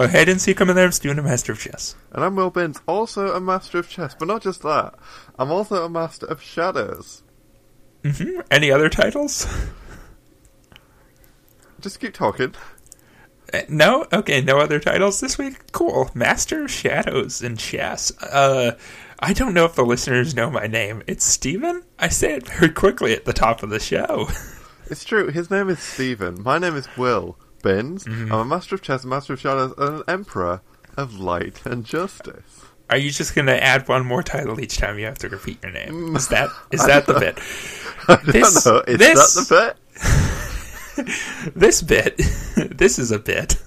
Oh, hey, I didn't see you coming there. I was doing a master of chess. And I'm Will Binns, also a master of chess, but not just that. I'm also a master of shadows. hmm Any other titles? Just keep talking. Eh, No? Okay, no other titles this week? Cool. Master of Shadows and Chess. Uh, I don't know if the listeners know my name. It's Steven? I say it very quickly at the top of the show. It's true, his name is Stephen. My name is Will Binns. Mm-hmm. I'm a master of chess, a master of shadows, and an emperor of light and justice. Are you just going to add one more title each time you have to repeat your Mm. name? Is that is that the bit? I don't This- know, is this- that the bit? This bit. this is a bit.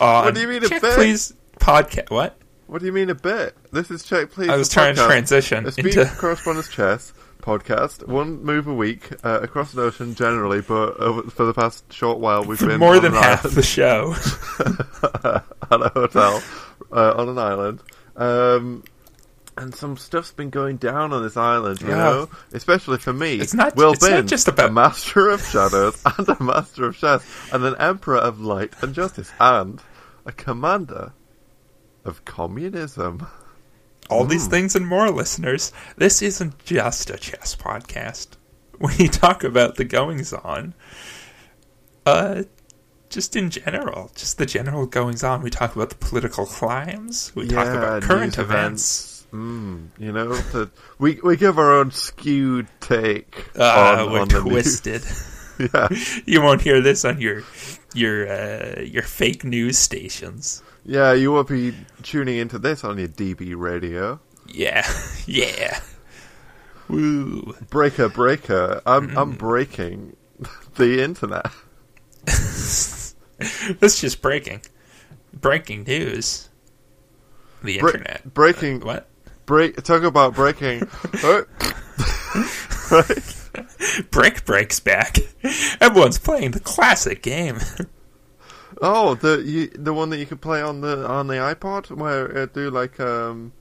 On What do you mean a Check bit? Please podcast. What? What do you mean a bit? This is Check Please. I the was trying to podcast. transition A speech into- correspondence chess podcast. One move a week uh, across the ocean generally, but over, for the past short while we've been More on than an half island. the show. at a hotel uh, on an island. Um, and some stuff's been going down on this island, you Yeah. know, especially for me. It's not- Will it's not Bin, just about- a master of shadows and a master of chess and an emperor of light and justice and a commander of communism. All these Hmm. things and more, listeners. This isn't just a chess podcast. We talk about the goings on, uh, just in general, just the general goings on. We talk about the political climbs. We talk about current news events. Mm, you know, to, we we give our own skewed take Ah, on, we're on the news. twisted. Yeah, you won't hear this on your your uh, your fake news stations. yeah, you won't be tuning into this on your DB radio. Yeah, yeah. Woo. Breaker, breaker. Mm. I'm I'm breaking the internet. That's just breaking. Breaking news. The Bre- internet. Uh, breaking- what? Break. Talk about breaking. Oh. right. Brick breaks back. Everyone's playing the classic game. Oh, the you, the one that you could play on the on the iPod where it do like um,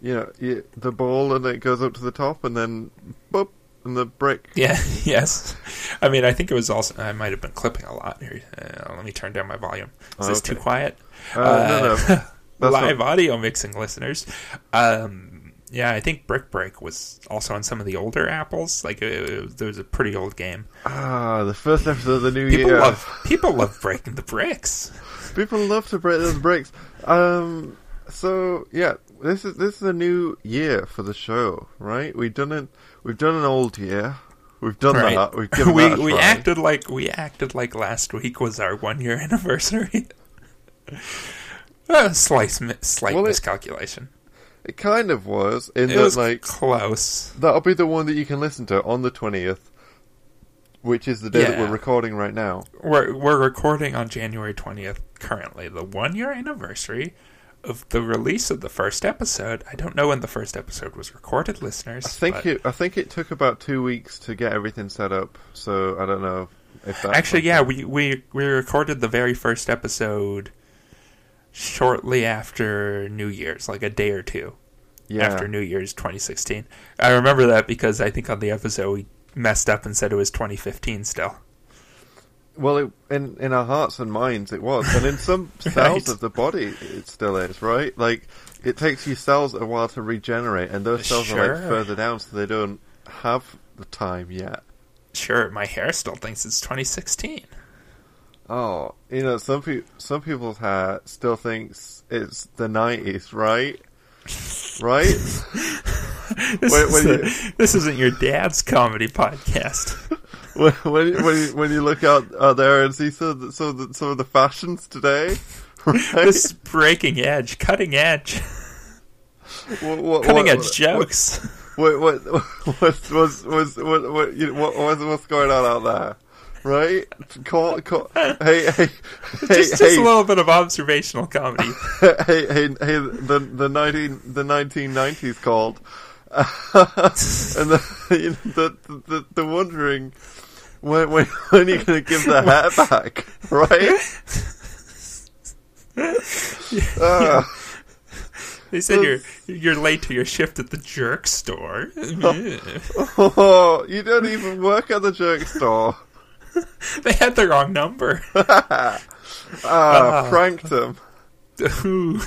you know, you, the ball and it goes up to the top and then boop and the brick. yeah, yes. I mean, I think it was also. I might have been clipping a lot here. Uh, let me turn down my volume. Is this Okay. too quiet? Uh, no, no. That's live not- audio mixing listeners. Um, yeah, I think Brick Break was also on some of the older apples. Like, uh, there was a pretty old game. Ah, the first episode of the new People year. love people love breaking the bricks. People love to break those bricks. Um, so yeah, this is this is a new year for the show, right? We've done it. We've done an old year. We've done Right. that. We've given we that a we try. acted like we acted like last week was our one year anniversary. uh, slight mi- slight Well, it- miscalculation. It kind of was in It that was like close. that'll be the one that you can listen to on the twentieth, which is the day that Yeah. we're recording right now. We're we're recording on January twentieth currently, the one year anniversary of the release of the first episode. I don't know when the first episode was recorded, listeners. I think but- it. I think it took about two weeks to get everything set up. So I don't know if that actually yeah we, we we recorded the very first episode shortly after new year's like a day or two Yeah. after new year's 2016 i remember that because i think on the episode we messed up and said it was 2015 still Well, it, in in our hearts and minds, it was, and in some cells Right. of the body, it still is, right? Like it takes your cells a while to regenerate, and those cells are like Sure. further down, so they don't have the time yet. sure my hair still thinks it's 2016 Oh, you know, some pe- some people's hair still thinks it's the nineties, right? Right? this, Wait, is what a- do this isn't your dad's comedy podcast when when you, when, you, when you look out, out there and see some of the, some of the, some of the fashions today, right? this is breaking edge cutting edge What- what- cutting what- edge jokes What what what's what's what's what what, you know, what what's, what's going on out there? Right? Call, call, hey, hey, hey, just, just hey, a little bit of observational comedy hey, hey, hey, the the nineteen the nineteen nineties called, and the, you know, the the the wondering When, when, when are you going to give the hat back? Right? Uh, They said you're you're late to your shift at the jerk store. they oh, you don't even work at the jerk store. had the wrong number. ah, Ah. pranked him. Ooh.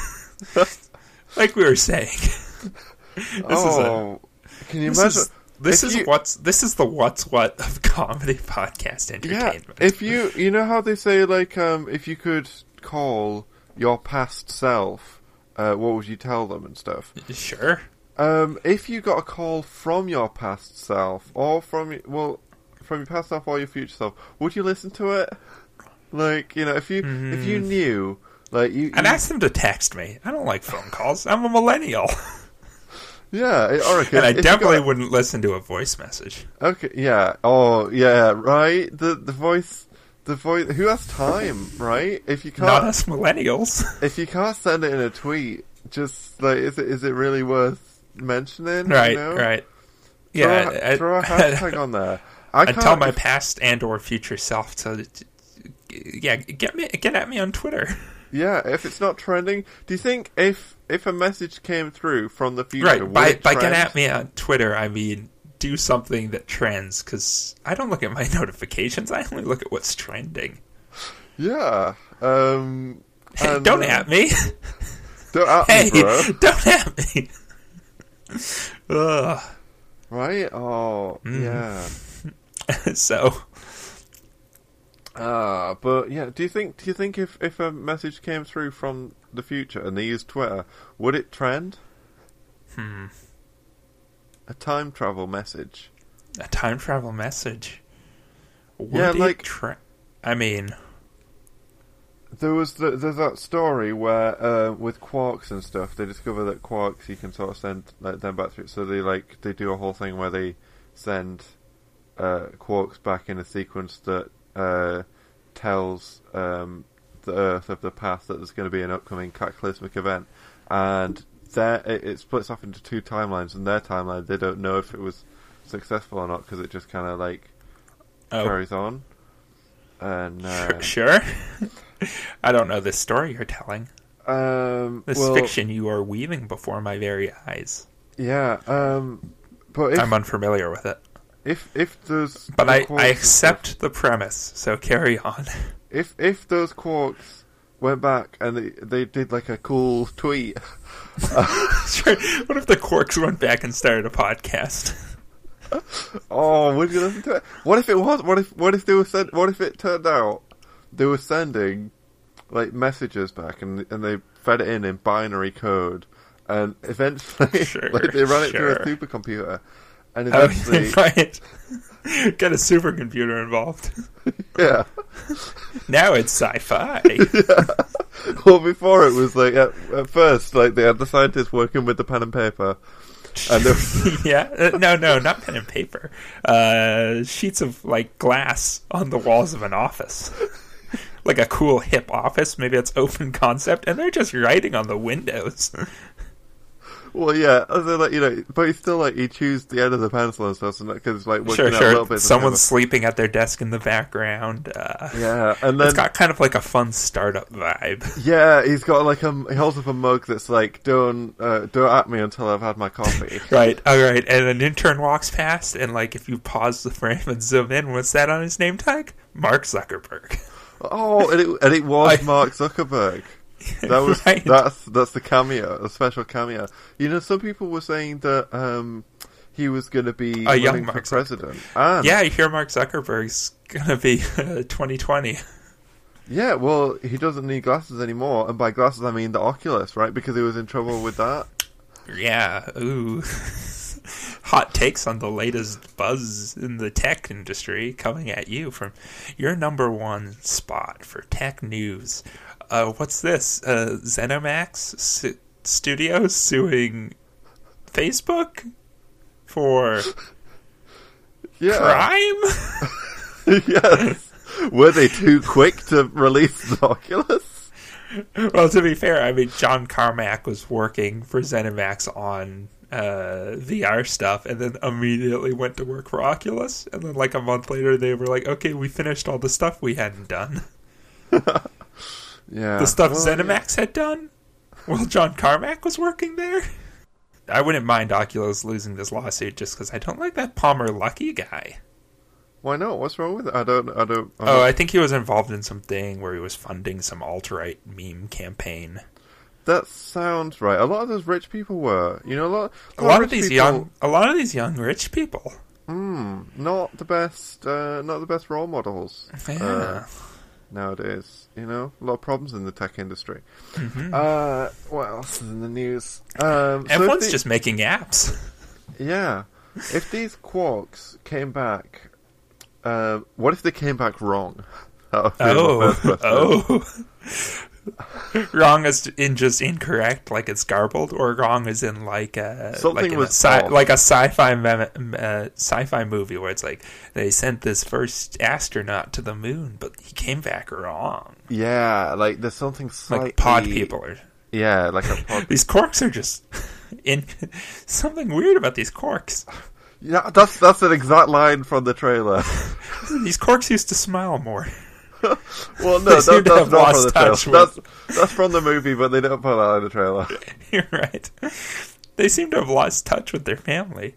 like we were saying, this is a oh, can you this imagine? is this if is you- what's this is the what's what of comedy podcast yeah, entertainment. if you you know how they say like um, if you could call your past self, uh, what would you tell them and stuff? sure, Um, if you got a call from your past self or from y- well, from your past self or your future self, would you listen to it? Like you know, if you if you knew, like you, Mm. and you- ask them to text me. I don't like phone calls. I'm a millennial, yeah, or okay, and I if you got- definitely wouldn't listen to a voice message. okay, yeah, oh yeah, right, the the voice. The voice. Who has time, right? If you Not can't, us millennials. if you can't send it in a tweet, just like is it is it really worth mentioning? you right, know? right. Throw a- Yeah, I- throw a hashtag on there. I I can't tell my past and or future self to, yeah, get me get at me on Twitter. Yeah, if it's not trending, do you think if if a message came through from the future, Right. would By it by get trend? at me on Twitter, I mean do something that trends cuz I don't look at my notifications. I only look at what's trending. Yeah. Um. Hey, and, don't uh, at me. Don't at hey, me, bro. don't at me. Ugh. Right? Oh, Mm. yeah. So, Ah, but yeah. Do you think? Do you think if if a message came through from the future and they used Twitter, would it trend? hmm, A time travel message. a time travel message. Would Yeah, it like- tra- I mean, There was the, there's that story where uh, with quarks and stuff, they discover that quarks you can sort of send like, them back through. So they like they do a whole thing where they send uh, quarks back in a sequence that uh, tells um, the Earth of the past that there's going to be an upcoming cataclysmic event, and there it, it splits off into two timelines. And their timeline, they don't know if it was successful or not because it just kind of like oh, carries on. And uh, sure. sure. I don't know this story you're telling. um, This well, fiction you are weaving before my very eyes. Yeah, um, but if I'm unfamiliar with it. if if those But the I, quarks I and stuff- accept the premise, so carry on. if if those quarks went back and they they did like a cool tweet, sure. What if the Quarks went back and started a podcast? oh, would you listen to it? What if it was? What if what if they were sent? What if it turned out they were sending like messages back and and they fed it in in binary code, and eventually Sure, like they ran it sure. through a supercomputer, and Oh, eventually right. Get a supercomputer involved. yeah. Now it's sci-fi. Well, before it was like at, at first, like they had the scientists working with the pen and paper, and they yeah. Uh, No, no, not pen and paper. Uh, sheets of like glass on the walls of an office. Like a cool hip office, maybe it's open concept, and they're just writing on the windows. Well, yeah, other like you know, but he still like he chews the end of the pencil and stuff, and because like working sure, out a little sure. bit. Someone's sleeping at their desk in the background. Uh, yeah, and then it's got kind of like a fun startup vibe. yeah, he's got like a he holds up a mug that's like don't uh, don't at me until I've had my coffee. Right, all right. And an intern walks past, and like if you pause the frame and zoom in, what's that on his name tag? Mark Zuckerberg. oh, and it and it was I- Mark Zuckerberg. That was Right. that's that's the cameo, a special cameo. You know, some people were saying that um he was going to be A young running for Mark Zuckerberg. president, and Yeah, you hear Mark Zuckerberg's gonna be uh, 2020. yeah, well, he doesn't need glasses anymore, and by glasses I mean the Oculus, right? Because he was in trouble with that. Yeah, ooh. Hot takes on the latest buzz in the tech industry coming at you from your number one spot for tech news. Uh, what's this? Uh, ZeniMax S- Studio suing Facebook for Yeah. crime? yes. Were they too quick to release the Oculus? well, to be fair, I mean John Carmack was working for ZeniMax on uh, VR stuff and then immediately went to work for Oculus. And then, like, a month later, they were like, okay, we finished all the stuff we hadn't done. yeah. The stuff Uh, Well, ZeniMax had done while John Carmack was working there. I wouldn't mind Oculus losing this lawsuit just because I don't like that Palmer Lucky guy. Why not? What's wrong with it? I don't. I don't. I Oh, don't- I think he was involved in something where he was funding some alt right meme campaign. that sounds right. A lot of those rich people were. You know, a lot. A lot of rich these people- young, a lot of these young rich people. Mm, not the best. Uh, not the best role models Yeah. uh, nowadays. You know, a lot of problems in the tech industry. Mhm. Uh, what else is in the news? Um, so if Everyone's the- just making apps. Yeah. If these quarks came back, uh, what if they came back wrong? That would be my first Oh, question. oh. wrong is in just incorrect, like it's garbled, or wrong is in like a Something like, in a was sci- off. like a sci-fi mem- uh, sci-fi movie where it's like they sent this first astronaut to the moon, but he came back wrong. Yeah, like there's something slightly Like pod people are Yeah, like a pod. these corks are just in something weird about these corks. yeah, that's that's an exact line from the trailer. These corks used to smile more. Well, They no, seem that, to have that's not from lost the touch trailer. with- That's that's from the movie, but they don't put that in the trailer. You're right. They seem to have lost touch with their family.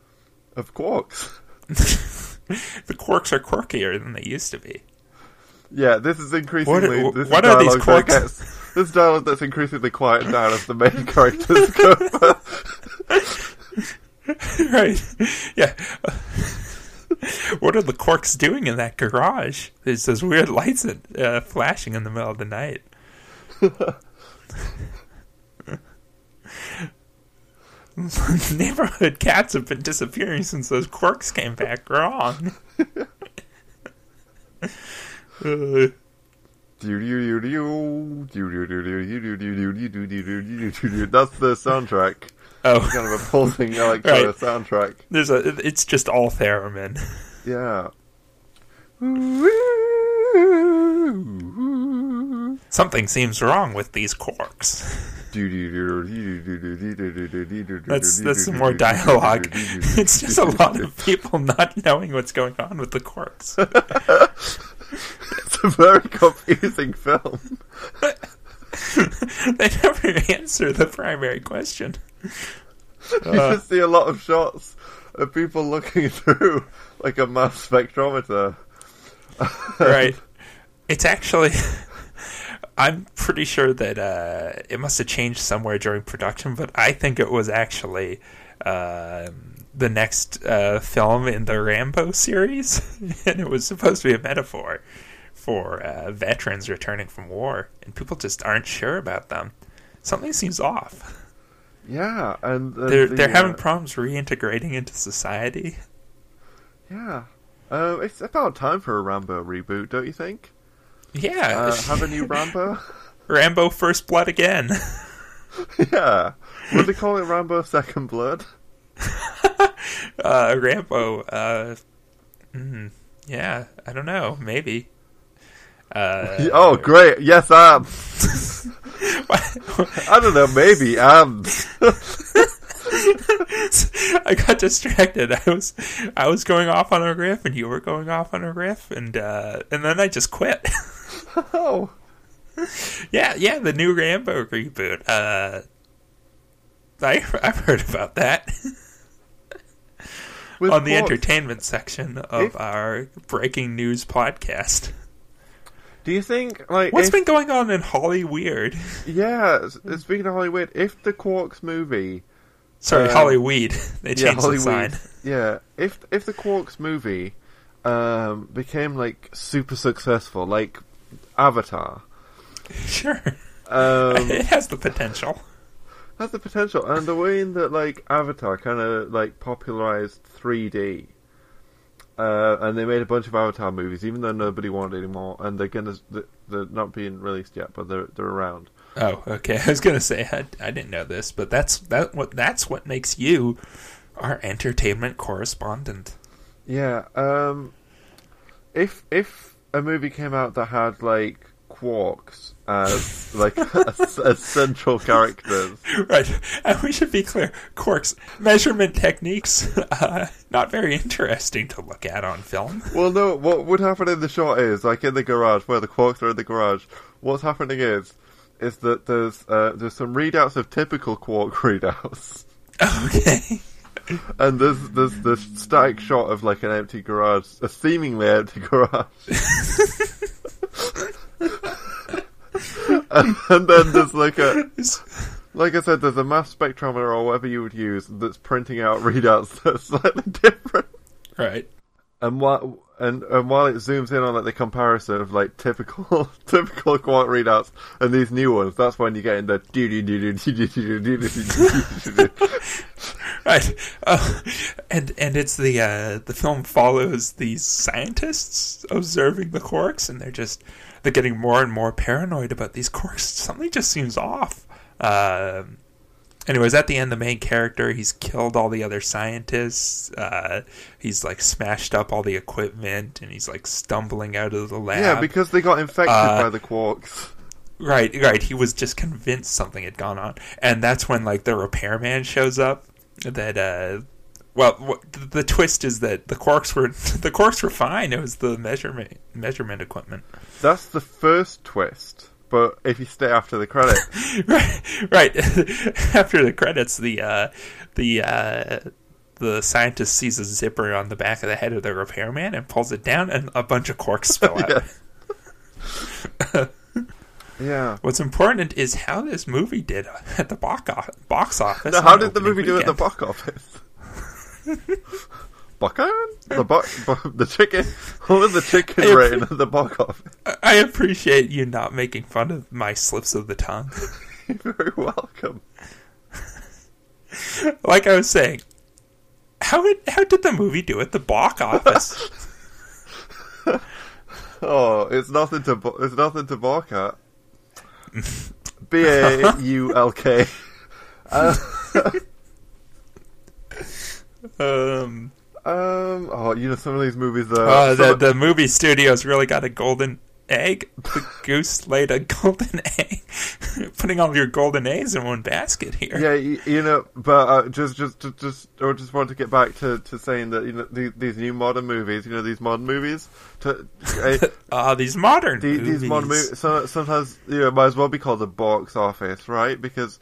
Of quarks. the quarks are quirkier than they used to be. Yeah, this is increasingly. What are- this what is are these dialogue that quarks? Gets, this dialogue that's increasingly quieted down as the main characters go. right. Yeah. what are the quarks doing in that garage? There's those weird lights that, uh, flashing in the middle of the night. Neighborhood cats have been disappearing since those quarks came back wrong. Uh, That's the soundtrack. oh, Kind of a pulsing electronic Right. soundtrack. there's a. It's just all theremin. Yeah. Something seems wrong with these quarks. That's that's some more dialogue. It's just a lot of people not knowing what's going on with the quarks. It's a very confusing film. they never answer the primary question. You Uh. just see a lot of shots of people looking through like a mass spectrometer. Right. It's actually I'm pretty sure that uh, it must have changed somewhere during production, but I think it was actually um the next uh, film in the Rambo series, and it was supposed to be a metaphor for uh, veterans returning from war, and people just aren't sure about them. Something seems off. Yeah, and and they're the, they're having uh, problems reintegrating into society. Yeah. Um, it's about time for a Rambo reboot, don't you think? Yeah, Uh, have a new Rambo? Rambo First Blood again. yeah. Would they call it Rambo Second Blood? Uh, Rambo. Uh, mm, yeah, I don't know. Maybe. Uh, oh, great. Yes, and. I don't know, maybe and. I got distracted. I was I was going off on a riff, and you were going off on a riff, and uh, and then I just quit. oh. yeah, yeah, the new Rambo reboot. Uh, I I've heard about that. With on the quarks. entertainment section of If- our breaking news podcast. Do you think, like, What's if, been going on in Holly Weird? yeah, s- speaking of Hollywood, if the Quarks movie. Sorry, Uh, Holly Weed. They changed yeah, the sign. Hollywood. Yeah, if, if the Quarks movie um, became, like, super successful, like Avatar. Sure, Um, it has the potential. has the potential, and the way in that like Avatar kind of like popularized 3D, uh, and they made a bunch of Avatar movies, even though nobody wanted anymore, and they're gonna they're- they're not being released yet, but they're they're around. Oh, okay. I was gonna say I, I didn't know this, but that's that what that's what makes you our entertainment correspondent. Yeah, um, if if a movie came out that had like quarks as like as, as central characters. Right. And we should be clear quarks, measurement techniques, uh, not very interesting to look at on film. Well, no, what would happen in the shot is like in the garage where the quarks are in the garage. What's happening is is that there's uh, there's some readouts of typical quark readouts. Okay. And there's there's this static shot of like an empty garage, a seemingly empty garage. and, and then there's like a like I said, there's a mass spectrometer or whatever you would use that's printing out readouts that are slightly different. right. And while and, and while it zooms in on like the comparison of like typical typical quark readouts and these new ones, that's when you get in the doo doo doo doo doo doo doo doo doo doo. Right. Uh, and and it's the uh, the film follows these scientists observing the quarks, and they're just they're getting more and more paranoid about these quarks. Something just seems off. Um, anyways, at the end, the main character he's killed all the other scientists. Uh, he's like smashed up all the equipment, and he's like stumbling out of the lab. Yeah, because they got infected Uh, by the quarks. Right, right. He was just convinced something had gone on, and that's when like the repairman shows up. That uh, well, wh- the- the twist is that the quarks were the quarks were fine. It was the measurement measurement equipment. That's the first twist. But if you stay after the credits, right, right. After the credits, the uh, the uh, the scientist sees a zipper on the back of the head of the repairman and pulls it down, and a bunch of quarks spill out. yeah. yeah. What's important is how this movie did at the box o- box office. Now, on how did the opening movie do at the weekend. box office? Buckan? The bu- bu- the chicken? What was the chicken Hey, rating at the box office? I appreciate you not making fun of my slips of the tongue. You're very welcome. Like I was saying, how it, how did the movie do at the box office? Oh, it's nothing to bu- it's nothing to bark at. B a u l k. Uh, um, Um. Oh, you know some of these movies. Uh, uh, the some- the movie studios really got a golden egg. The goose laid a golden egg. Putting all your golden eggs in one basket here. yeah, you, you know, but uh, just, just, just, just, I just want to get back to, to saying that you know these, these new modern movies, you know, these modern movies, to, eh, Ah, these modern the- movies. these modern movies, so, sometimes you know, might as well be called the box office, right? Because,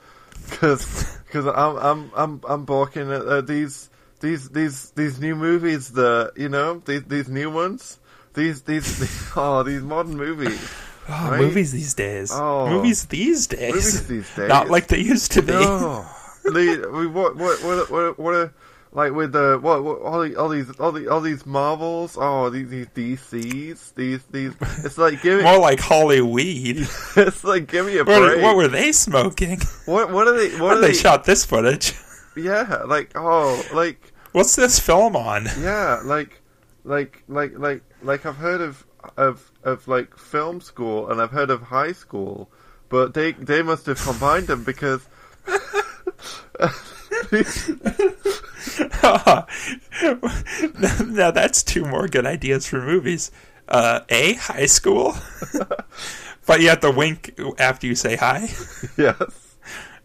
because, because I'm, I'm, I'm, I'm balking at uh, these, these, these, these new movies that you know, these, these new ones, these, these, these oh, these modern movies. Ah, right? movies these days. Oh. Movies these days. Movies these days. Not like they used to be. No, the, we, what, what, what, what, what are, like with the what, what all, the, all these all the all these Marvels, oh these these DCs, these these. It's like give me, More like Holly weed. it's like give me a What, break. what were they smoking? What what are they? What When are they they? shot this footage? yeah, like oh, like What's this film on? yeah, like like like like like I've heard of of of like film school and I've heard of high school, but they they must have combined them because. now that's two more good ideas for movies. Uh, a high school, but you have to wink after you say hi. yes.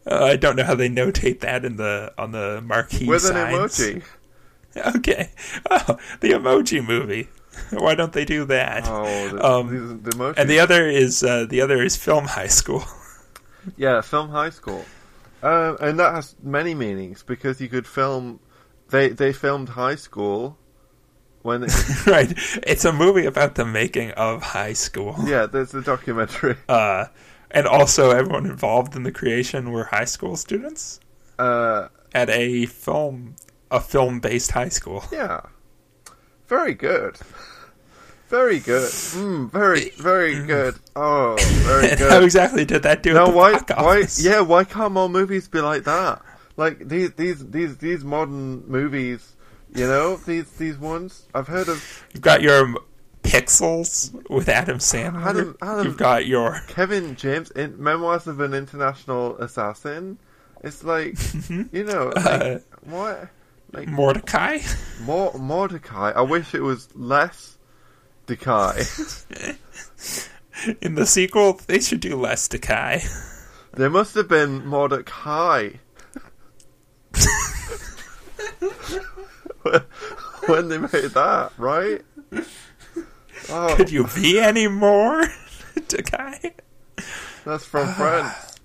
Uh, I don't know how they notate that in the on the marquee With an signs. emoji. Okay, oh, the emoji movie. Why don't they do that? Oh, the, Um, these, the emoji. and the other is uh, the other is film high school. Yeah, film high school, um, and that has many meanings because you could film. They they filmed high school when right, it's a movie about the making of high school. yeah. There's a documentary. uh, and also everyone involved in the creation were high school students Uh, at a film a film based high school. yeah, very good, very good, mm, very very good. Oh, very And how good. exactly did that do? Now at the why box why office? yeah why can't more movies be like that? Like these these these these modern movies, you know these these ones. I've heard of You've got your um, Pixels with Adam Sandler. Adam- Adam- You've got your Kevin James in Memoirs of an International Assassin. It's like you know, like, Uh, what like Mordecai. Mor- Mordecai. I wish it was less Decai. In the sequel, they should do less to Kai. There must have been Mordok High. when they made that, right? Oh, Could you be any more to Kai? that's from France.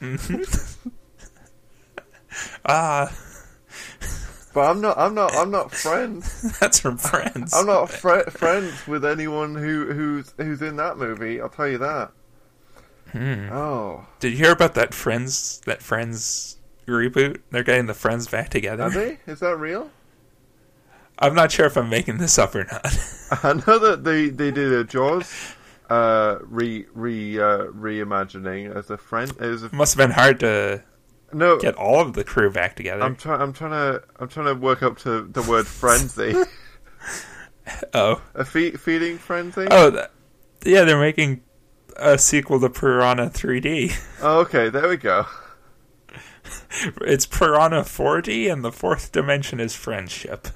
Mm-hmm. Ah, But I'm not. I'm not. I'm not friends. that's from Friends. I'm not fr- friends with anyone who who's who's in that movie. I'll tell you that. Hmm. Oh, Did you hear about that Friends that Friends reboot? They're getting the Friends back together. are they? Is that real? I'm not sure if I'm making this up or not. I know that they, they did a Jaws uh, re re uh, reimagining as a friend. As a It must have been hard to no, get all of the crew back together. I'm trying. I'm trying to. I'm trying to work up to the word frenzy. oh, a fe- feeding frenzy. Oh, oh, that, yeah, they're making a sequel to Piranha 3D. Oh, okay. There we go. It's Piranha 4D, and the fourth dimension is friendship.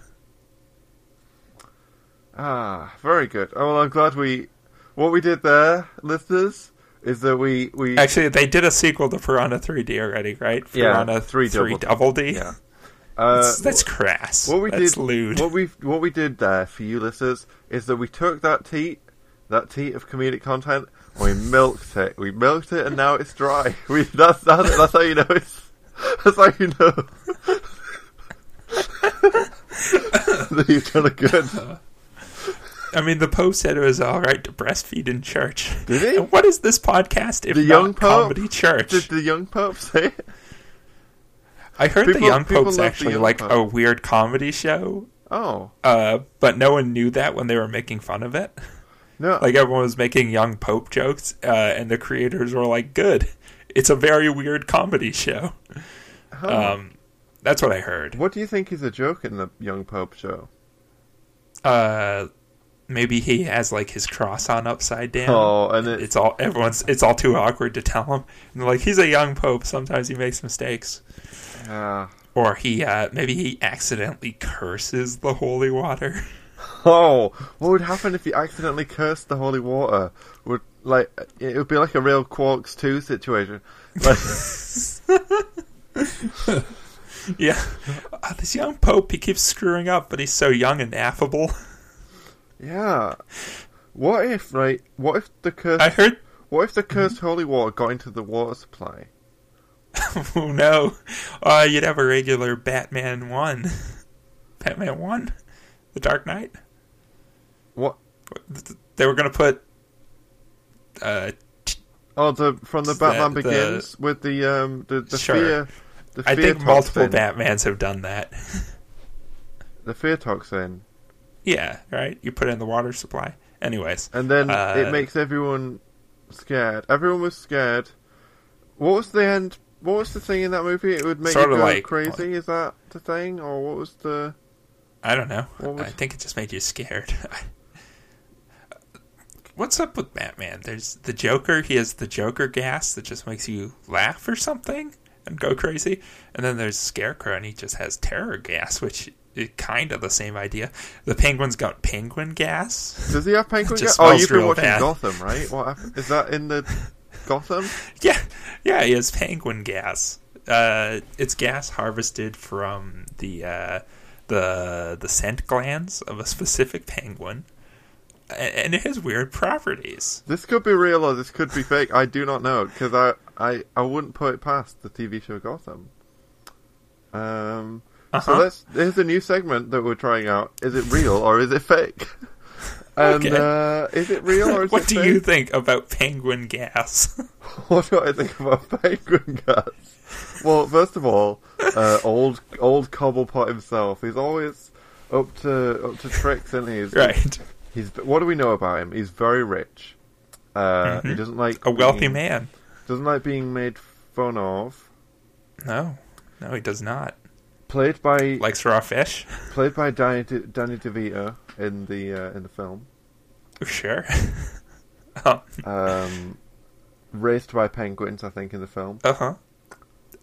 Ah, very good. Oh, well, I'm glad we. What we did there, listeners, is that we we Actually, they did a sequel to Piranha 3D already, right? Yeah, Piranha 3 3 double Double D. yeah. Uh, That's, that's crass. What we that's did, lewd. what we what we did there for you listeners is that we took that teat, that teat of comedic content, and we milked it. We milked it, and now it's dry. We that's that's, that's how you know it's that's how you know that you've done a good. I mean, the Pope said it was all right to breastfeed in church. Did he? And what is this podcast if The not young Pope? comedy church? Did the young pope say? it? I heard the people- Young people Pope's love the actually Young like Pope. a weird comedy show, Oh uh, but no one knew that when they were making fun of it. no! Like everyone was making Young Pope jokes, uh, and the creators were like, "Good, it's a very weird comedy show." Um, that's what I heard. what do you think is a joke in the young pope show? Uh, maybe he has like his cross on upside down. Oh, and it, it's all everyone's it's all too awkward to tell him and they're like he's a young pope sometimes he makes mistakes ah. or he uh maybe he accidentally curses the holy water Oh, what would happen if you accidentally cursed the holy water? Would like it would be like a real Quarks two situation. Like, yeah uh, this young pope he keeps screwing up but he's so young and affable yeah. What if right? What if the curse? i heard What if the cursed holy water got into the water supply? oh no uh you'd have a regular batman one batman one the dark knight What? they were gonna put uh Oh, the from the The- Batman the- Begins with the um the, the Sure. fear. The fear I think toxin, multiple Batmans have done that. The fear toxin, Yeah, right? You put it in the water supply. Anyways. and then Uh, it makes everyone scared. Everyone was scared. What was the end? What was the thing in that movie? It would make Sorta you go like- crazy. Is that the thing, or what was the? I don't know. What was- I think it just made you scared. What's up with Batman? There's the Joker. He has the Joker gas that just makes you laugh or something and go crazy. And then there's Scarecrow, and he just has terror gas, which is kind of the same idea. The Penguin's got penguin gas. Does he have penguin Just gas? Oh, smells you've been real watching bad. Gotham, right? What happened? is that in the Gotham? Yeah, yeah, he has penguin gas. Uh, it's gas harvested from the uh, the the scent glands of a specific penguin, A- and it has weird properties. This could be real or this could be fake. I do not know because I, I I wouldn't put it past the TV show Gotham. Um. So Uh-huh. let's. Here's a new segment that we're trying out. Is it real or is it fake? And Okay. uh, is it real or is what it do fake? you think about penguin gas? What do I think about penguin guts? Well, first of all, uh, old old Cobblepot himself. He's always up to up to tricks, isn't he? He's, right, He's what do we know about him? He's very rich. Uh, He doesn't like Mm-hmm. a wealthy being- man. Doesn't like being made fun of. No, no, he does not. Played by Likes raw fish. played by Danny, De, Danny DeVito in the uh, in the film. Sure. um, Um, raised by penguins, I think, in the film. uh-huh.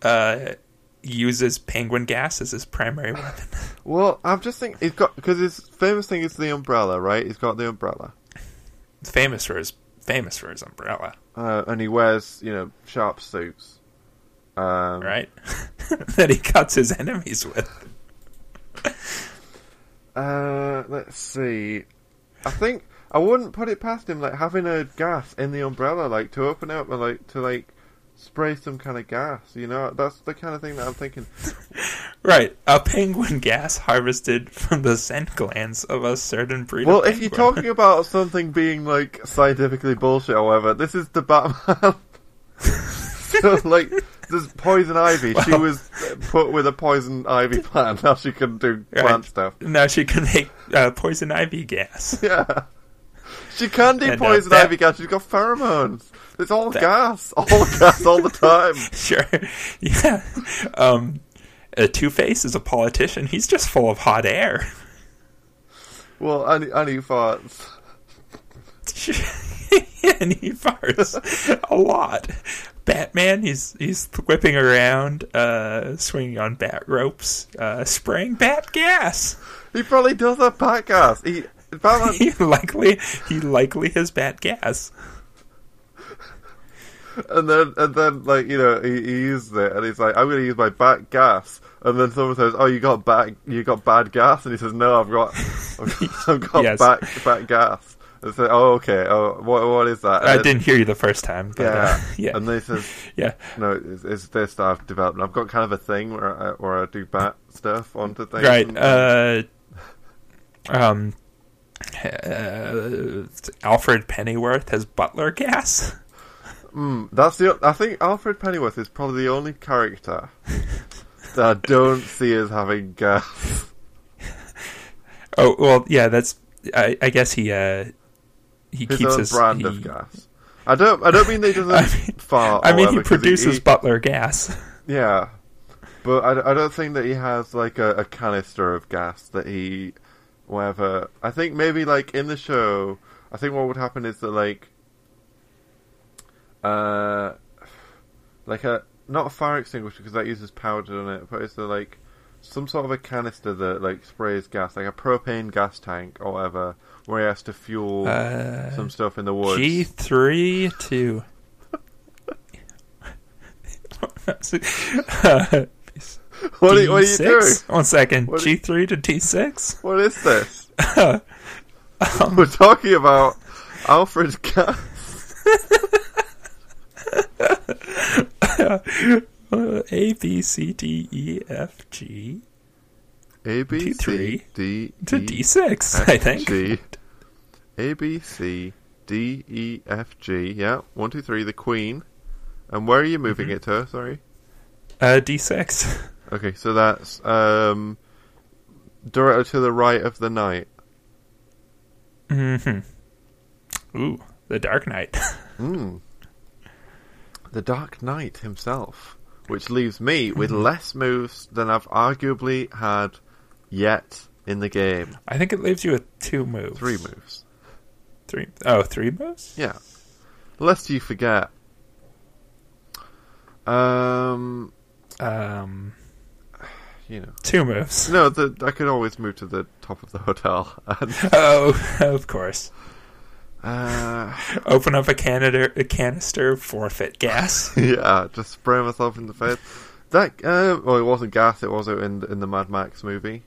Uh Uses penguin gas as his primary weapon. Well, I'm just thinking he's got because his famous thing is the umbrella, right? He's got the umbrella. He's famous for his famous for his umbrella, Uh, and he wears, you know, sharp suits. Um, right? that he cuts his enemies with. Uh, let's see. I think I wouldn't put it past him, like having a gas in the umbrella, like to open up and like to like spray some kind of gas. You know, that's the kind of thing that I'm thinking. Right, a penguin gas harvested from the scent glands of a certain breed. Well, of if you're penguin. talking about something being like scientifically bullshit, however, this is the Batman. so, like, there's poison ivy. she Well- was put with a poison ivy plant. Now she can do Right. plant stuff. now she can make uh, poison ivy gas. Yeah. She can do And, uh, poison that- ivy gas. She's got pheromones. It's all That- gas. All gas all the time. sure, yeah. Um, uh, Two Face is a politician. He's just full of hot air. Well, and, and he farts. and he farts a lot. Batman, he's he's whipping around, uh, swinging on bat ropes, uh, spraying bat gas. He probably does have bat gas. He, Batman, he likely he likely has bat gas. and then, and then, like, you know, he, he uses it, and he's like, I'm gonna use my bat gas. And then someone says, oh, you got bat, you got bad gas? And he says, no, I've got, I've, I've got Yes. bat, bat gas. And say, oh, okay, oh, what, what is that? And I then- didn't hear you the first time. But, Yeah. uh, yeah, And then he says, yeah. No, it's, it's this that I've developed. I've got kind of a thing where I, where I do bat stuff onto things. Mm. Right. Uh, um, uh, Alfred Pennyworth has butler gas. Mm, that's the. I think Alfred Pennyworth is probably the only character that I don't see as having gas. Oh well, yeah. That's I, I guess he uh, he His keeps own his brand he- of gas. I don't. I don't mean they doesn't I mean- fart. I or mean, he whatever, 'cause produces he- Butler gas. yeah, but I, I don't think that he has like a, a canister of gas that he, whatever. I think maybe like in the show, I think what would happen is that like, uh, like a not a fire extinguisher because that uses powder on it, but it's a, like some sort of a canister that like sprays gas, like a propane gas tank or whatever, where he has to fuel Uh, some stuff in the woods. G three two. Uh, what, are, what are you doing? D6? One second. What are- G three to D six. What is this? Um, We're talking about Alfred's gas. Uh, A B C D E F G A B C three D to E, D six. I think. G. A B C D E F G. Yeah, one, two, three. The Queen. And where are you moving Mm-hmm. it to? Sorry. Uh, D six. Okay, so that's um, directly to the right of the knight. hmm Ooh, the Dark Knight. Mm. The Dark Knight himself, which leaves me with Mm-hmm. less moves than I've arguably had yet in the game. I think it leaves you with two moves. Three moves. Three. Oh, three moves. Yeah. Lest you forget. Um, Um, you know. two moves. No, the, I could always move to the top of the hotel. And, Oh, of course. uh, Open up a canister, a canister, forfeit gas. yeah, just spray myself in the face. That uh, well, it wasn't gas. It was in in the Mad Max movie,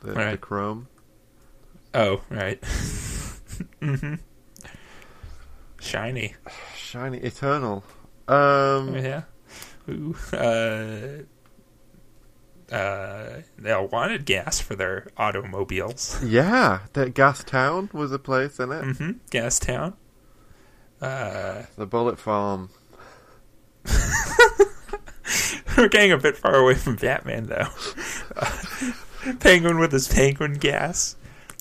the, the Right. chrome. Oh, right. hmm Shiny. Shiny Eternal. Um, Yeah. Ooh. Uh, uh, they all wanted gas for their automobiles. yeah, that gas town was a place in it. hmm Gas town. Uh, The Bullet Farm. we're getting a bit far away from Batman, though. penguin with his penguin gas,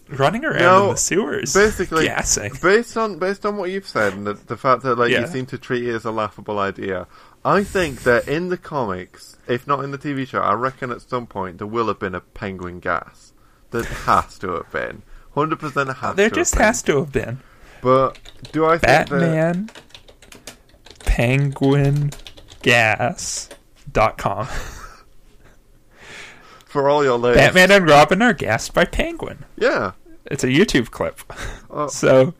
running around No, in the sewers, basically- gassing. Based on based on what you've said and the, the fact that like you Yeah. seem to treat it as a laughable idea, I think that in the comics, if not in the TV show, I reckon at some point there will have been a penguin gas. There has to have been. Hundred percent has. There to just have been. has to have been. But do I think that Batman Penguin Gas dot com. for all your latest, Batman and Robin are gassed by Penguin. Yeah. It's a YouTube clip. Oh, So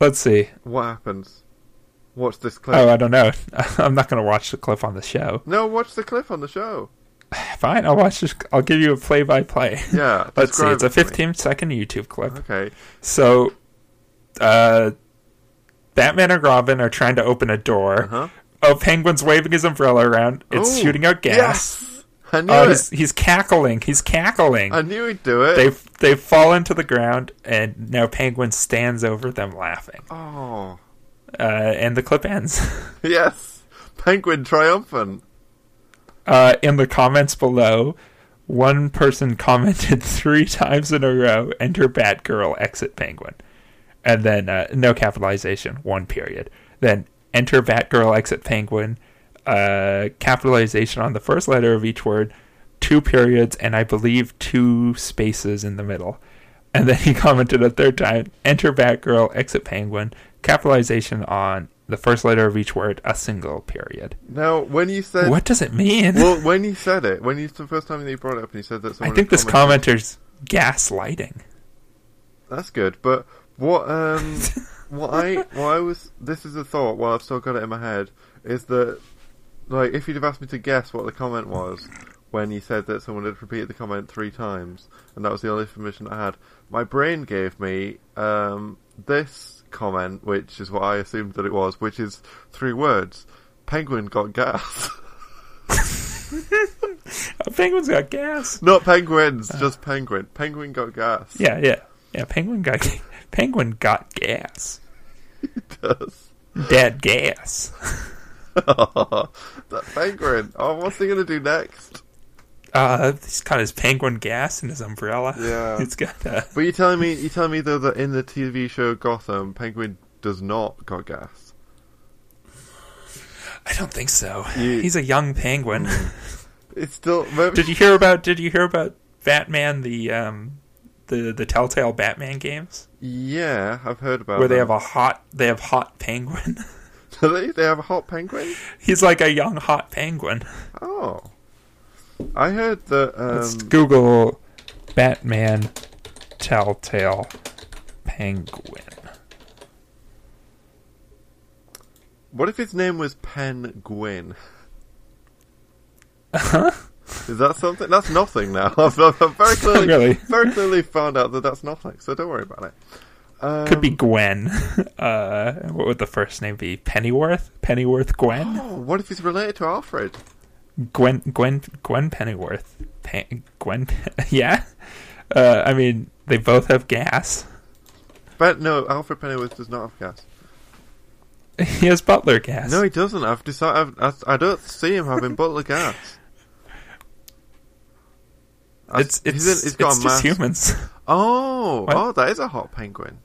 Let's see. What happens? Watch this clip. Oh, I don't know. I'm not going to watch the clip on the show. no, watch the clip on the show. Fine, I'll watch this. I'll give you a play by play. Yeah. Let's see. describe It's a it to me. Uh-huh. 15 second YouTube clip. Okay. So, uh, Batman and Robin are trying to open a door. Uh-huh. Oh, Penguin's waving his umbrella around. It's Ooh, shooting out gas. Yes. I knew Oh, it. he's, he's cackling. He's cackling. I knew he'd do it. They they fall into the ground, and now Penguin stands over them laughing. Oh. Uh, and the clip ends. Yes. Penguin triumphant. Uh, in the comments below, one person commented three times in a row: "Enter Batgirl, exit Penguin," and then uh, no capitalization, one period. Then enter Batgirl, exit Penguin, uh, capitalization on the first letter of each word, two periods, and I believe two spaces in the middle. And then he commented a third time: "Enter Batgirl, exit Penguin," capitalization on the first letter of each word, a single period. Now, when you said. what does it mean? Well, when you said it, when you the first time that you brought it up and you said I that someone think had this commented- commenter's gaslighting. That's good, but what um what I what I was this is a thought while I've still got it in my head is that like if you'd have asked me to guess what the comment was when you said that someone had repeated the comment three times and that was the only information I had, my brain gave me um this comment which is what I assumed that it was, which is three words. Penguin got gas. Oh, penguins got gas. Not penguins, just penguin. Penguin got gas. Yeah, yeah, yeah. Penguin got penguin got gas. Does. Dead gas. that penguin. Oh, what's he gonna do next? Uh, he's got his penguin gas in his umbrella. Yeah. he's got. Uh, But you telling me you telling me though that in the TV show Gotham, Penguin does not got gas. I don't think so. You- He's a young penguin. Mm. It's still maybe, did you hear about? Did you hear about Batman the um the the Telltale Batman games yeah, I've heard about where they them. have a hot they have hot penguin. Do they they have a hot penguin. he's like a young hot penguin. Oh, I heard that. Let's Um, Google Batman Telltale Penguin. what if his name was Penguin? Is that something? That's nothing now. I've, I've I've very clearly, Really? very clearly found out that that's nothing. So don't worry about it. Um, Could be Gwen. Uh, what would the first name be? Pennyworth? Pennyworth Gwen? Oh, what if he's related to Alfred? Gwen Gwen Gwen Pennyworth. Pen, Gwen Yeah. Uh, I mean, they both have gas. But no, Alfred Pennyworth does not have gas. He has butler gas. No, he doesn't. I've decided. I've, I, I don't see him having butler gas. it's He's in- it's, he's it's got a just mask. humans. Oh, What? oh, that is a hot penguin.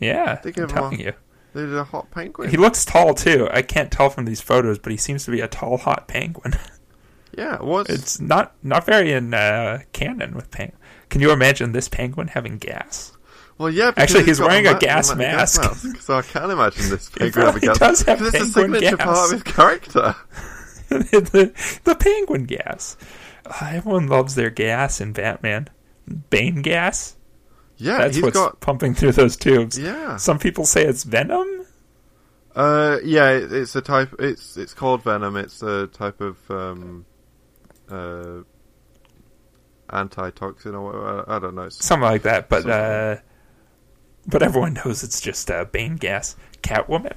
Yeah, They give I'm him telling a- you. They did a hot penguin. He looks tall too. I can't tell from these photos, but he seems to be a tall, hot penguin. yeah, what's It's not not very in uh, canon with peng. Can you imagine this penguin having gas? well, yeah. because actually, he's got wearing a ma- gas ma- gas mask. mask, So I can imagine this penguin probably having gas. does have because it's a penguin signature gas. part of his character. the, the penguin gas. Uh, everyone loves their gas in Batman. Bane gas. Yeah, That's he's what's got. pumping through those tubes. Yeah, Some people say it's venom. uh, yeah. it- It's a type. It's it's called venom. It's a type of um, uh, antitoxin or whatever. I I don't know. It's something like that. But uh, Something. but everyone knows it's just uh, Bane gas. Catwoman.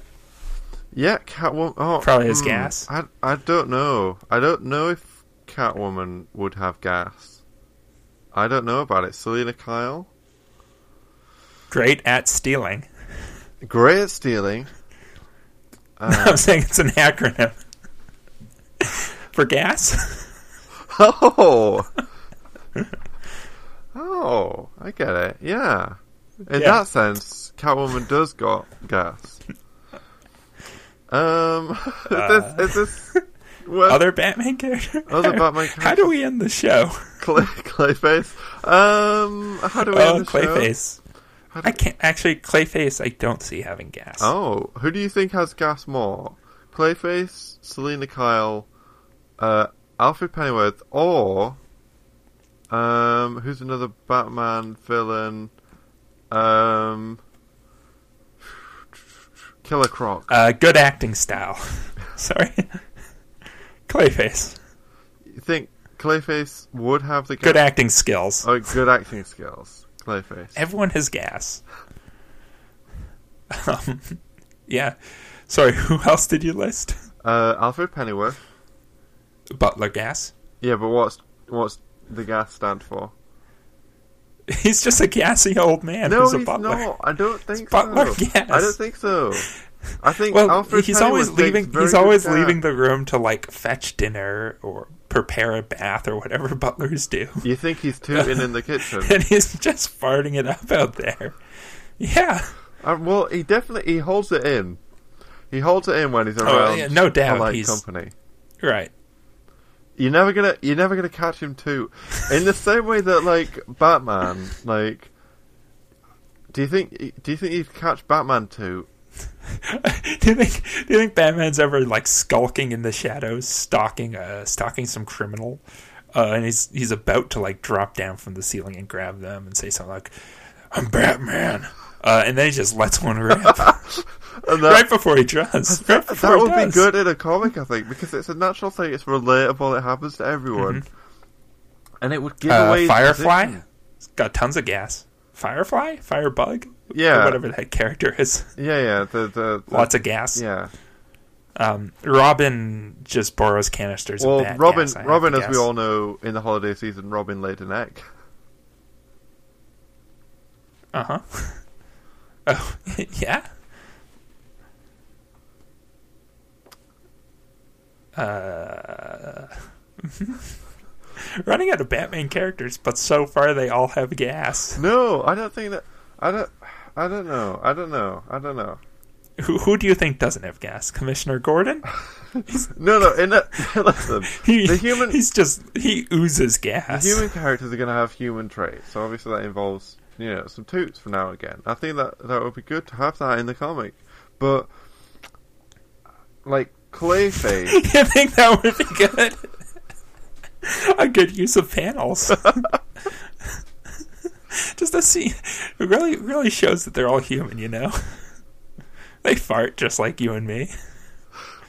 Yeah, Catwoman. Oh, Probably has gas. I I don't know. I don't know if Catwoman would have gas. I don't know about it. Selena Kyle, Great at stealing. great at stealing. Uh-huh. I'm saying it's an acronym for gas. Oh, oh, I get it. Yeah, in Yeah. that sense, Catwoman does got gas. Um, Uh. is this is this worth Other Batman character. Other Batman How do we end the show? Clay, Clayface? Um, how do we Oh, end the show? Clayface. How do- I can't actually Clayface. I don't see having gas. Oh, who do you think has gas more? Clayface, Selena Kyle, uh, Alfred Pennyworth, or um, who's another Batman villain? Um, Killer Croc. Uh, good acting style. Sorry. Clayface. You think Clayface would have the Good ga- acting skills. oh, good acting skills. Clayface. Everyone has gas. Um, yeah. Sorry, who else did you list? Uh, Alfred Pennyworth. Butler Gas. Yeah, but what's what's the gas stand for? He's just a gassy old man no, who's a he's butler. not. I don't think so. butler gas. I don't think so. I think well, Alfred he's Pennyworth always leaving. takes very He's good always care. leaving the room to like fetch dinner or prepare a bath or whatever butlers do. You think he's tooting in the kitchen? and he's just farting it up out there. Yeah, Uh, well, he definitely he holds it in. He holds it in when he's around. Oh, yeah, no doubt polite he's- company. right. You're never gonna you're never gonna catch him too. In the same way that like Batman, like, do you think do you think you'd catch Batman too? do you think Do you think Batman's ever like skulking in the shadows, stalking uh, stalking some criminal, uh, and he's he's about to like drop down from the ceiling and grab them and say something like, "I'm Batman," uh, and then he just lets one rip And that, right before he does. Right before that he would be does. good in a comic, I think, because it's a natural thing. It's relatable. It happens to everyone, and it would give Uh, away his Firefly position. It's got tons of gas. Firefly, Firebug, Yeah. or whatever that character is. Yeah, yeah, the, the, the Lots of gas. yeah. Um, Robin just borrows canisters. Well, of bad Robin, gas, I have Robin, to as we guess. all know, in the holiday season, Robin laid an egg. Uh huh. oh, yeah. Uh, running out of Batman characters, but so far they all have gas. No, I don't think that. I don't. I don't know. I don't know. I don't know. Who, who do you think doesn't have gas? Commissioner Gordon? No, no. In that, listen, He, the human he's just he oozes the gas. human characters are going to have human traits, so obviously that involves you know some toots from now and again. I think that that would be good to have that in the comic, but like Clayface, you think that would be good? a good use of panels. just a scene. It really, really shows that they're all human, you know? they fart just like you and me.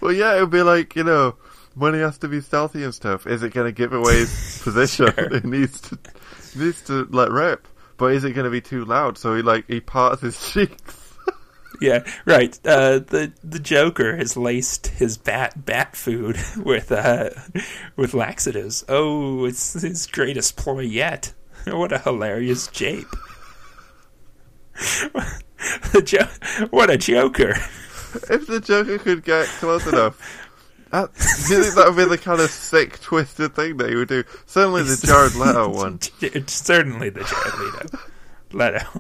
well, yeah, it would be like you know when he has to be stealthy and stuff. Is it going to give away his Sure. position? It needs to he needs to let rip, but is it going to be too loud? So he like he parts his cheeks. Yeah, right. Uh, the the Joker has laced his bat bat food with uh, with laxatives. Oh, it's his greatest ploy yet. What a hilarious jape! the jo- what a Joker! If the Joker could get close enough, that, do you think that would be the kind of sick, twisted thing that he would do? Certainly the Jared Leto one. It's certainly the Jared Leto.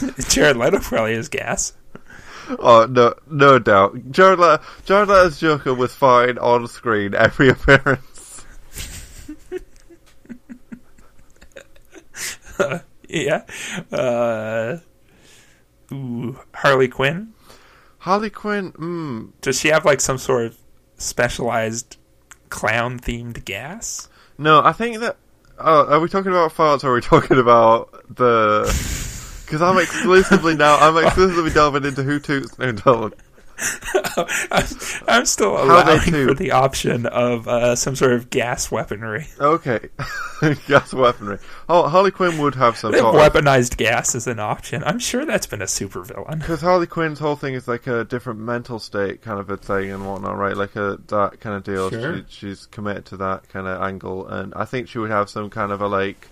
Leto. Jared Leto probably has gas. Oh no, no doubt. Jared Leto, Jared Leto's Joker was fine on screen every appearance. Yeah. Uh, ooh, Harley Quinn. Harley Quinn, mm, Does she have like some sort of specialized clown themed gas? no, I think that. Oh, are we talking about farts? Or are we talking about the? Because I'm exclusively now. I'm exclusively delving into who toots and who don't. I'm, I'm still How they allowing do. for the option of uh, some sort of gas weaponry. Okay, gas weaponry. Oh, Harley Quinn would have some They have sort of weaponized gas as an option. I'm sure that's been a supervillain. Because Harley Quinn's whole thing is like a different mental state kind of a thing and whatnot, right? Like a that kind of deal. Sure. She, she's committed to that kind of angle, and I think she would have some kind of a like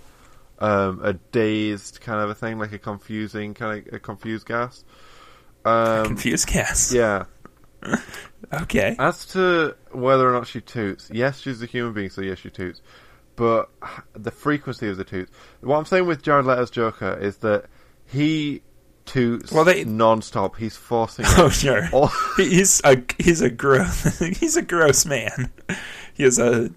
um, a dazed kind of a thing, like a confusing kind of a confused gas. Um, Confused gas. yeah. Okay. As to whether or not she toots, yes, she's a human being, so yes, she toots. But the frequency of the toots. What I'm saying with Jared Leto's Joker is that he toots Well, they- non-stop. He's forcing. it. Oh sure. All- He- He's a he's a gross he's a gross man. He is a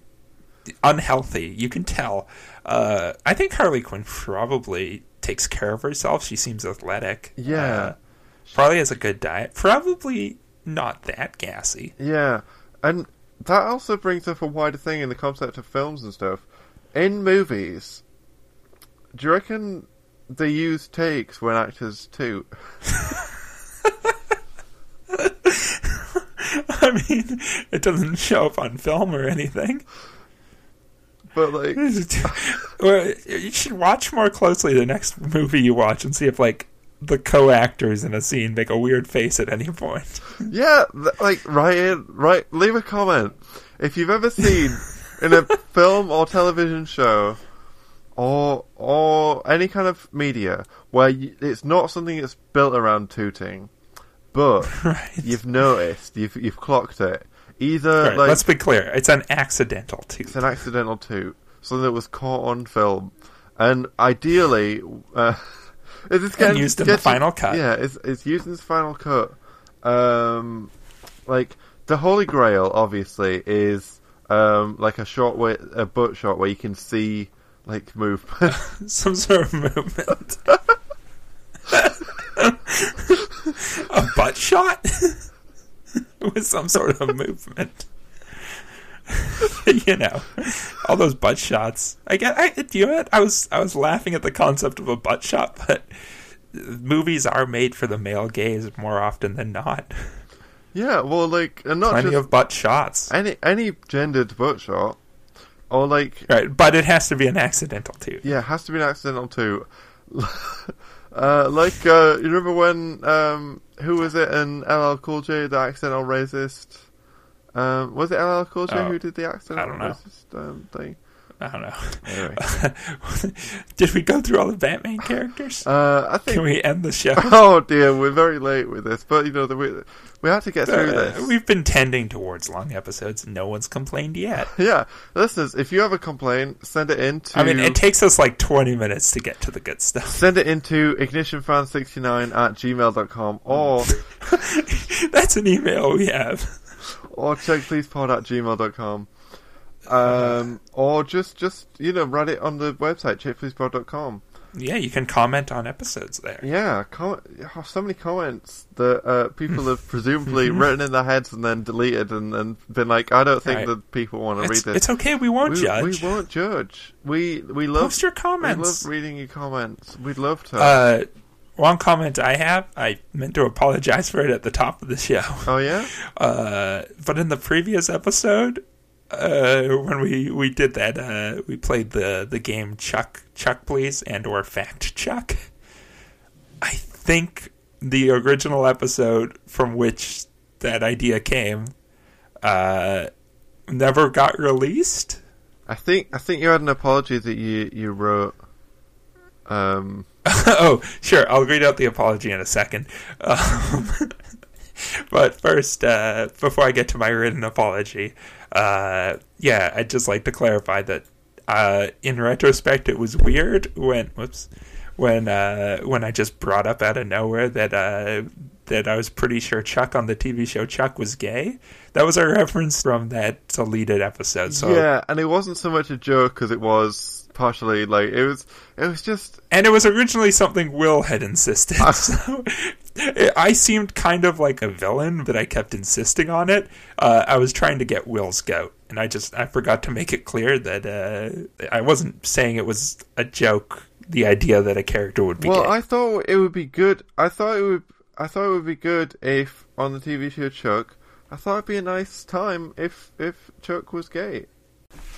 unhealthy. You can tell. Uh, I think Harley Quinn probably takes care of herself. She seems athletic. Yeah. Uh, probably has a good diet. Probably not that gassy. Yeah, and that also brings up a wider thing in the concept of films and stuff. In movies, do you reckon they use takes when actors too? I mean, it doesn't show up on film or anything. But like, Well, you should watch more closely the next movie you watch and see if like the co-actors in a scene make a weird face at any point. yeah, th- like write in, write, leave a comment if you've ever seen in a film or television show or or any kind of media where y it's not something that's built around tooting, but Right. you've noticed, you've you've clocked it. Either All right, like let's be clear. It's an accidental tooth. It's an accidental toot, something that was caught on film, and ideally, uh, is this getting used in the getting- final cut. Yeah, it's it's used in the final cut. Um, like the Holy Grail, obviously, is um like a shot where a butt shot where you can see like movement. Some sort of movement. a butt shot with some sort of movement. you know, all those butt shots. I get. I do you know what? I was I was laughing at the concept of a butt shot, but movies are made for the male gaze more often than not. yeah, well, like and not Plenty just of butt shots. any any gendered butt shot, or like Right, but it has to be an accidental too. Yeah, it has to be an accidental too. uh, like uh, you remember when um, who was it in LL Cool J the accidental racist? Um, was it LL Cool J Oh, who did the accidental I don't know. racist um, thing? I don't know. Anyway, Did we go through all the Batman characters? uh, I think. Can we end the show? oh dear, we're very late with this, but you know the, we we had to get through Uh, this. We've been tending towards long episodes. No one's complained yet. Yeah, listeners, if you have a complaint, send it in to I mean, it takes us like 20 minutes to get to the good stuff. send it into ignitionfan69 at gmail.com or That's an email we have. or check pleasepod at gmail.com. Um, or just, just, you know, write it on the website, checkpleasepod.com. Yeah, you can comment on episodes there. Yeah, com- oh, so many comments that uh, people have Mm-hmm. presumably written in their heads and then deleted and, and been like, I don't think Right. that people want to read It's, this. it's okay. We won't we, judge. we won't judge. We, we love, Post your we love comments. reading your comments. We'd love to. Uh, one comment I have, I meant to apologize for it at the top of the show. oh, yeah? Uh, but in the previous episode, uh, when we, we did that, uh, we played the, the game Chuck Chuck Please and or Fact Chuck. I think the original episode from which that idea came uh, never got released. I think, I think you had an apology that you, you wrote. Um, oh, sure. I'll read out the apology in a second. Um, but first, uh, before I get to my written apology, uh, yeah, I'd just like to clarify that uh, in retrospect, it was weird when whoops, when uh, when I just brought up out of nowhere that uh, that I was pretty sure Chuck on the TV show Chuck was gay. That was a reference from that deleted episode. So yeah, and it wasn't so much a joke as it was partially like it was. It was just And it was originally something Will had insisted. so I seemed kind of like a villain, but I kept insisting on it. Uh, I was trying to get Will's goat, and I just I forgot to make it clear that uh, I wasn't saying it was a joke. The idea that a character would be well. gay. I thought it would be good. I thought it would. I thought it would be good if on the TV show Chuck. I thought it'd be a nice time if if Chuck was gay.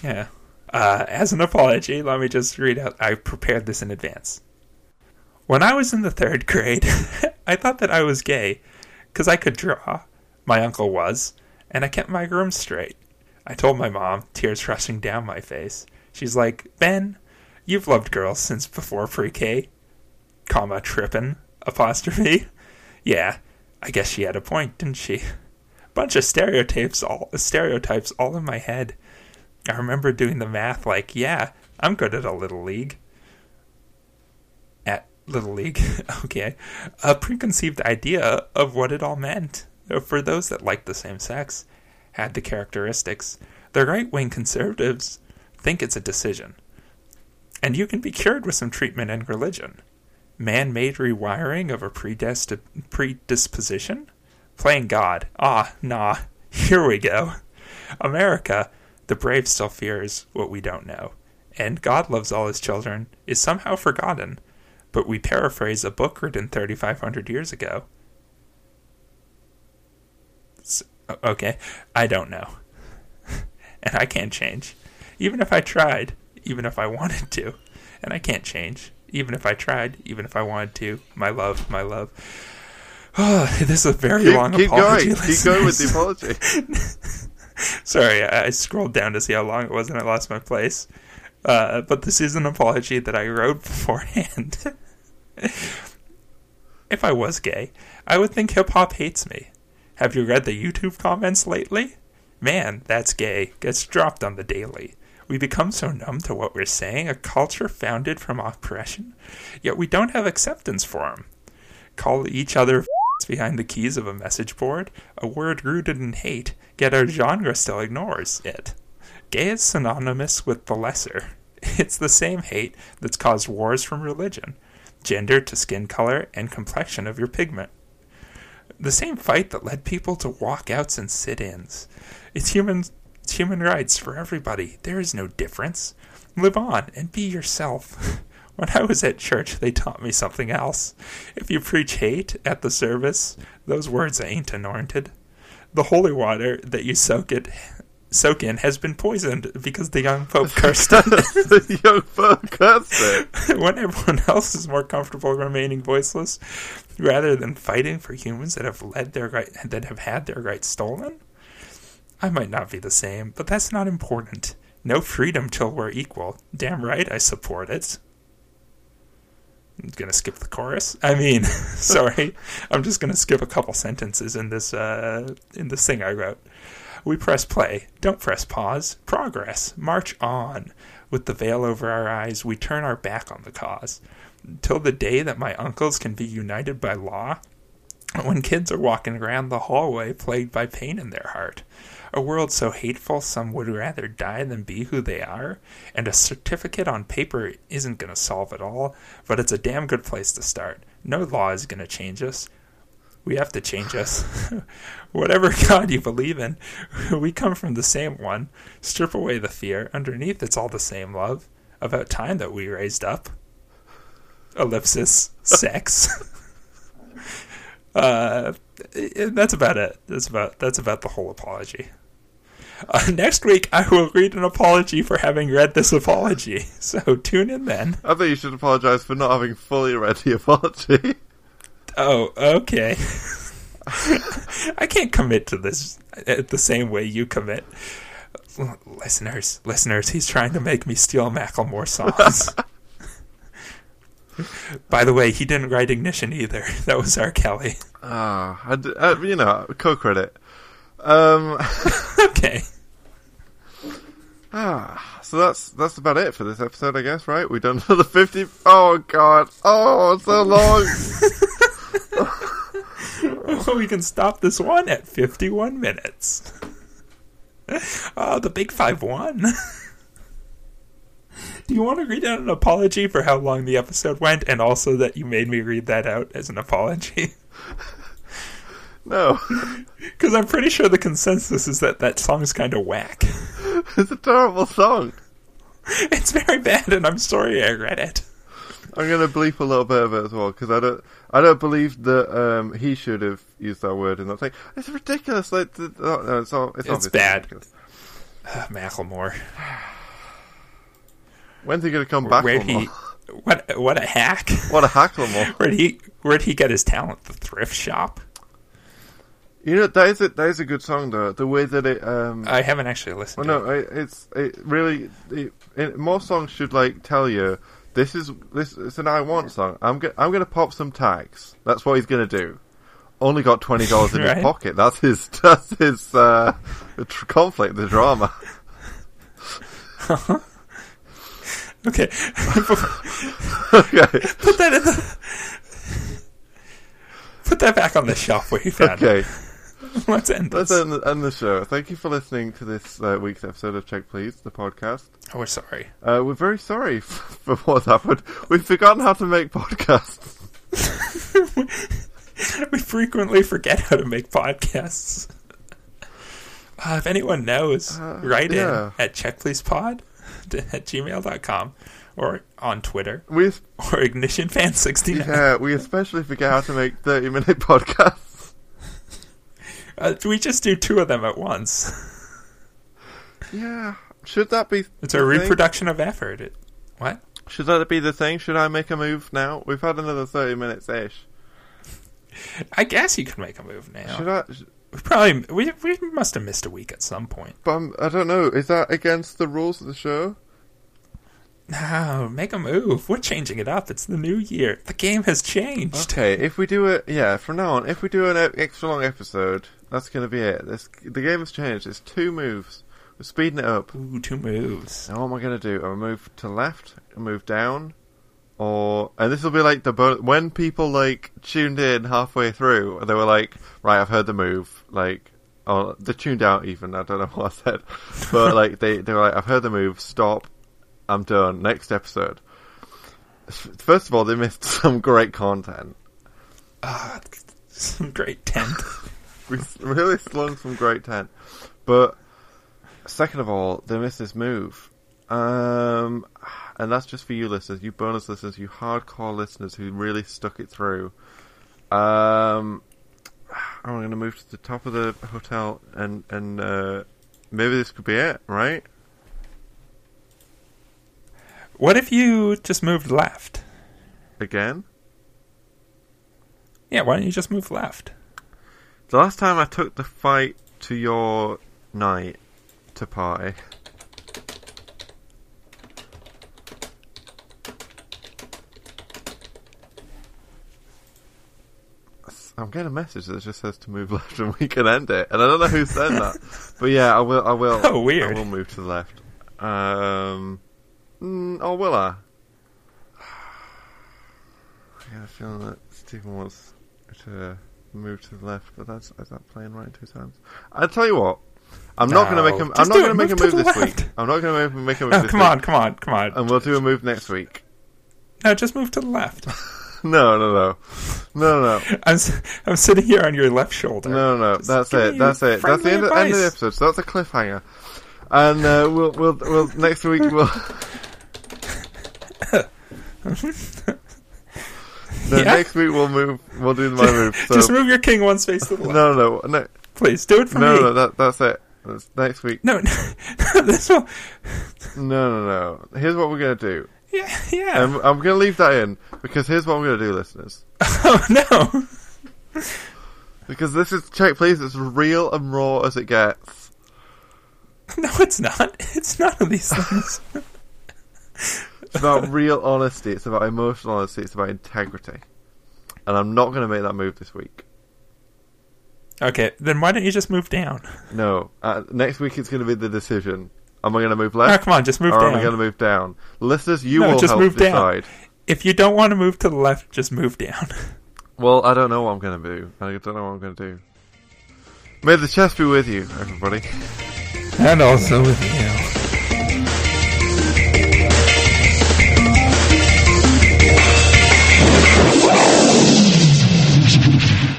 yeah. Uh, as an apology, let me just read out. I prepared this in advance. When I was in the third grade, I thought that I was gay because I could draw. My uncle was, and I kept my room straight. I told my mom, tears rushing down my face. She's like, Ben, you've loved girls since before pre K, comma, trippin', apostrophe. Yeah, I guess she had a point, didn't she? Bunch of stereotypes all, stereotypes all in my head. I remember doing the math like, yeah, I'm good at a little league at Little League. okay. A preconceived idea of what it all meant for those that liked the same sex had the characteristics. The right wing conservatives think it's a decision. And you can be cured with some treatment and religion. Man made rewiring of a predesti- predisposition? Playing God. Ah, nah. Here we go. America, the brave still fears what we don't know. And God loves all his children is somehow forgotten but we paraphrase a book written 3,500 years ago. S- O- Okay, I don't know. and I can't change. Even if I tried, even if I wanted to. And I can't change. Even if I tried, even if I wanted to. My love, my love. this is a very long Keep, keep apology. going. Keep going with the listeners. apology. Sorry, I I scrolled down to see how long it was and I lost my place. Uh, but this is an apology that I wrote beforehand. if I was gay, I would think hip hop hates me. Have you read the YouTube comments lately? Man, that's gay. Gets dropped on the daily. We become so numb to what we're saying, a culture founded from oppression, yet we don't have acceptance for 'em. Call each other behind the keys of a message board, a word rooted in hate, yet our genre still ignores it. Gay is synonymous with the lesser. It's the same hate that's caused wars from religion, gender to skin color, and complexion of your pigment. The same fight that led people to walkouts and sit ins. It's human, it's human rights for everybody. There is no difference. Live on and be yourself. When I was at church, they taught me something else. If you preach hate at the service, those words ain't anointed. The holy water that you soak it soak in has been poisoned because the young pope cursed it. the young fuck cursed it. when everyone else is more comfortable remaining voiceless, rather than fighting for humans that have led their right that have had their rights stolen. I might not be the same, but that's not important. No freedom till we're equal. Damn right, I support it. I'm gonna skip the chorus. I mean, sorry, I'm just gonna skip a couple sentences in this uh, in this thing I wrote. We press play. Don't press pause. Progress. March on. With the veil over our eyes, we turn our back on the cause. Till the day that my uncles can be united by law, when kids are walking around the hallway plagued by pain in their heart. A world so hateful some would rather die than be who they are, and a certificate on paper isn't going to solve it all, but it's a damn good place to start. No law is going to change us. We have to change us. Whatever God you believe in, we come from the same one. Strip away the fear. Underneath, it's all the same love. About time that we raised up. Ellipsis, sex. uh, i- i- that's about it. That's about that's about the whole apology. Uh, next week, I will read an apology for having read this apology. So tune in then. I think you should apologise for not having fully read the apology. Oh, okay. I can't commit to this at the same way you commit. L- Listeners, listeners, he's trying to make me steal Macklemore songs. By the way, he didn't write Ignition either. That was R. Kelly. Ah, I d- uh, you know, co-credit. Um, Okay. ah, so that's that's about it for this episode, I guess. Right? We've done another fifty. Oh god! Oh, it's so long. we can stop this one at 51 minutes. Oh, the big 5 1. Do you want to read out an apology for how long the episode went and also that you made me read that out as an apology? no, Because I'm pretty sure the consensus is that that song's kind of whack. it's a terrible song. It's very bad, and I'm sorry I read it. I'm gonna bleep a little bit of it as well because I don't, I don't believe that um, he should have used that word in that thing. It's ridiculous. Like, th- oh, no, it's all, it's, obviously bad. ridiculous. Uh, Macklemore. When's he gonna come back? Where'd one he. more? What, what a hack. What a hacklemore! Where'd he, where'd he get his talent? The thrift shop? You know that is a, that is a good song though. The way that it um, I haven't actually listened Well, to no, it, it's it really it, it, more songs should like tell you this is this it's an I want song. I'm go- I'm gonna pop some tags. That's what he's gonna do. Only got twenty dollars in Right. his pocket. That's his that's his uh, the tr- conflict, the drama. it. Okay. okay, Put that in the. Put that back on the shelf where you found okay. it. Let's end this. Let's um, end the, end the show. Thank you for listening to this uh, week's episode of Check Please, the podcast. Oh, we're sorry. Uh, we're very sorry for what's happened. We've forgotten how to make podcasts. We frequently forget how to make podcasts. Uh, if anyone knows, Uh, write yeah. in at checkpleasepod at gmail.com or on Twitter We've or ignitionfan69. Yeah, we especially forget how to make 30 minute podcasts. Uh, we just do two of them at once. Yeah. Should that be? It's the a thing? reproduction of effort. It, what? Should that be the thing? Should I make a move now? We've had another thirty minutes ish. I guess you could make a move Should now. I? We probably we we must have missed a week at some point. But I'm, I don't know. Is that against the rules of the show? No, make a move. We're changing it up. It's the new year. The game has changed. Okay, if we do it, yeah, from now on, if we do an e- extra long episode, that's going to be it. This, the game has changed. It's two moves. We're speeding it up. Ooh, two moves. Now, what am I going to do? I move to left, I move down, or and this will be like the bon- when people like tuned in halfway through, and they were like, "Right, I've heard the move." Like, or they tuned out even. I don't know what I said, but like they they were like, "I've heard the move. Stop. I'm done. Next episode." F- First of all, they missed some great content. Ah, some great tent. We s- really slung some great tent. But second of all, they missed this move. Um, and that's just for you listeners, you bonus listeners, you hardcore listeners who really stuck it through. Um, I'm going to move to the top of the hotel and and uh, maybe this could be it, right? What if you just moved left? Again. Yeah, why don't you just move left? The last time I took the fight to your night to party. I'm getting a message that just says to move left and we can end it. And I don't know who said that. But yeah, I will I will Oh, weird. I will move to the left. Um mm, or will I? I got a feeling that Stephen wants to move to the left, but that's is that playing right two times? I tell you what, I'm not No, going to make a, I'm just not do going to it. make a Move to move the this week. left. I'm not going to Oh, make Oh. a move. No, this come week. on, come on, come on. And we'll do a move next week. No, just move to the left. No, no, no, no, no, no, I'm, s- I'm sitting here on your left shoulder. no, no. Just That's give it. me That's it. That's the friendly end of, end of the advice. episode. So that's a cliffhanger. And uh, we'll, we'll, we'll next week we'll. no, Yeah? next week we'll move. We'll do my move. So. Just move your king one space to the left. no, no, no, Please, do it for no, me. no. That, that's it. That's next week. No, no, this will. No, no, no. Here's what we're gonna do. Yeah, yeah. Um, I'm gonna leave that in because here's what I'm gonna do, listeners. oh no. Because this is check, please. It's real and raw as it gets. No, it's not. It's none of these things. It's about real honesty. It's about emotional honesty. It's about integrity. And I'm not gonna make that move this week. okay, then why don't you just move down? No. Uh, next week it's gonna be the decision. Am I gonna move Oh, left come on, just move or down. am I gonna move down? Listeners, you No, will just help move down. decide. If you don't want to move to the left, just move down. Well, I don't know what I'm gonna do. I don't know what I'm gonna do. May the chess be with you, everybody. And also with you.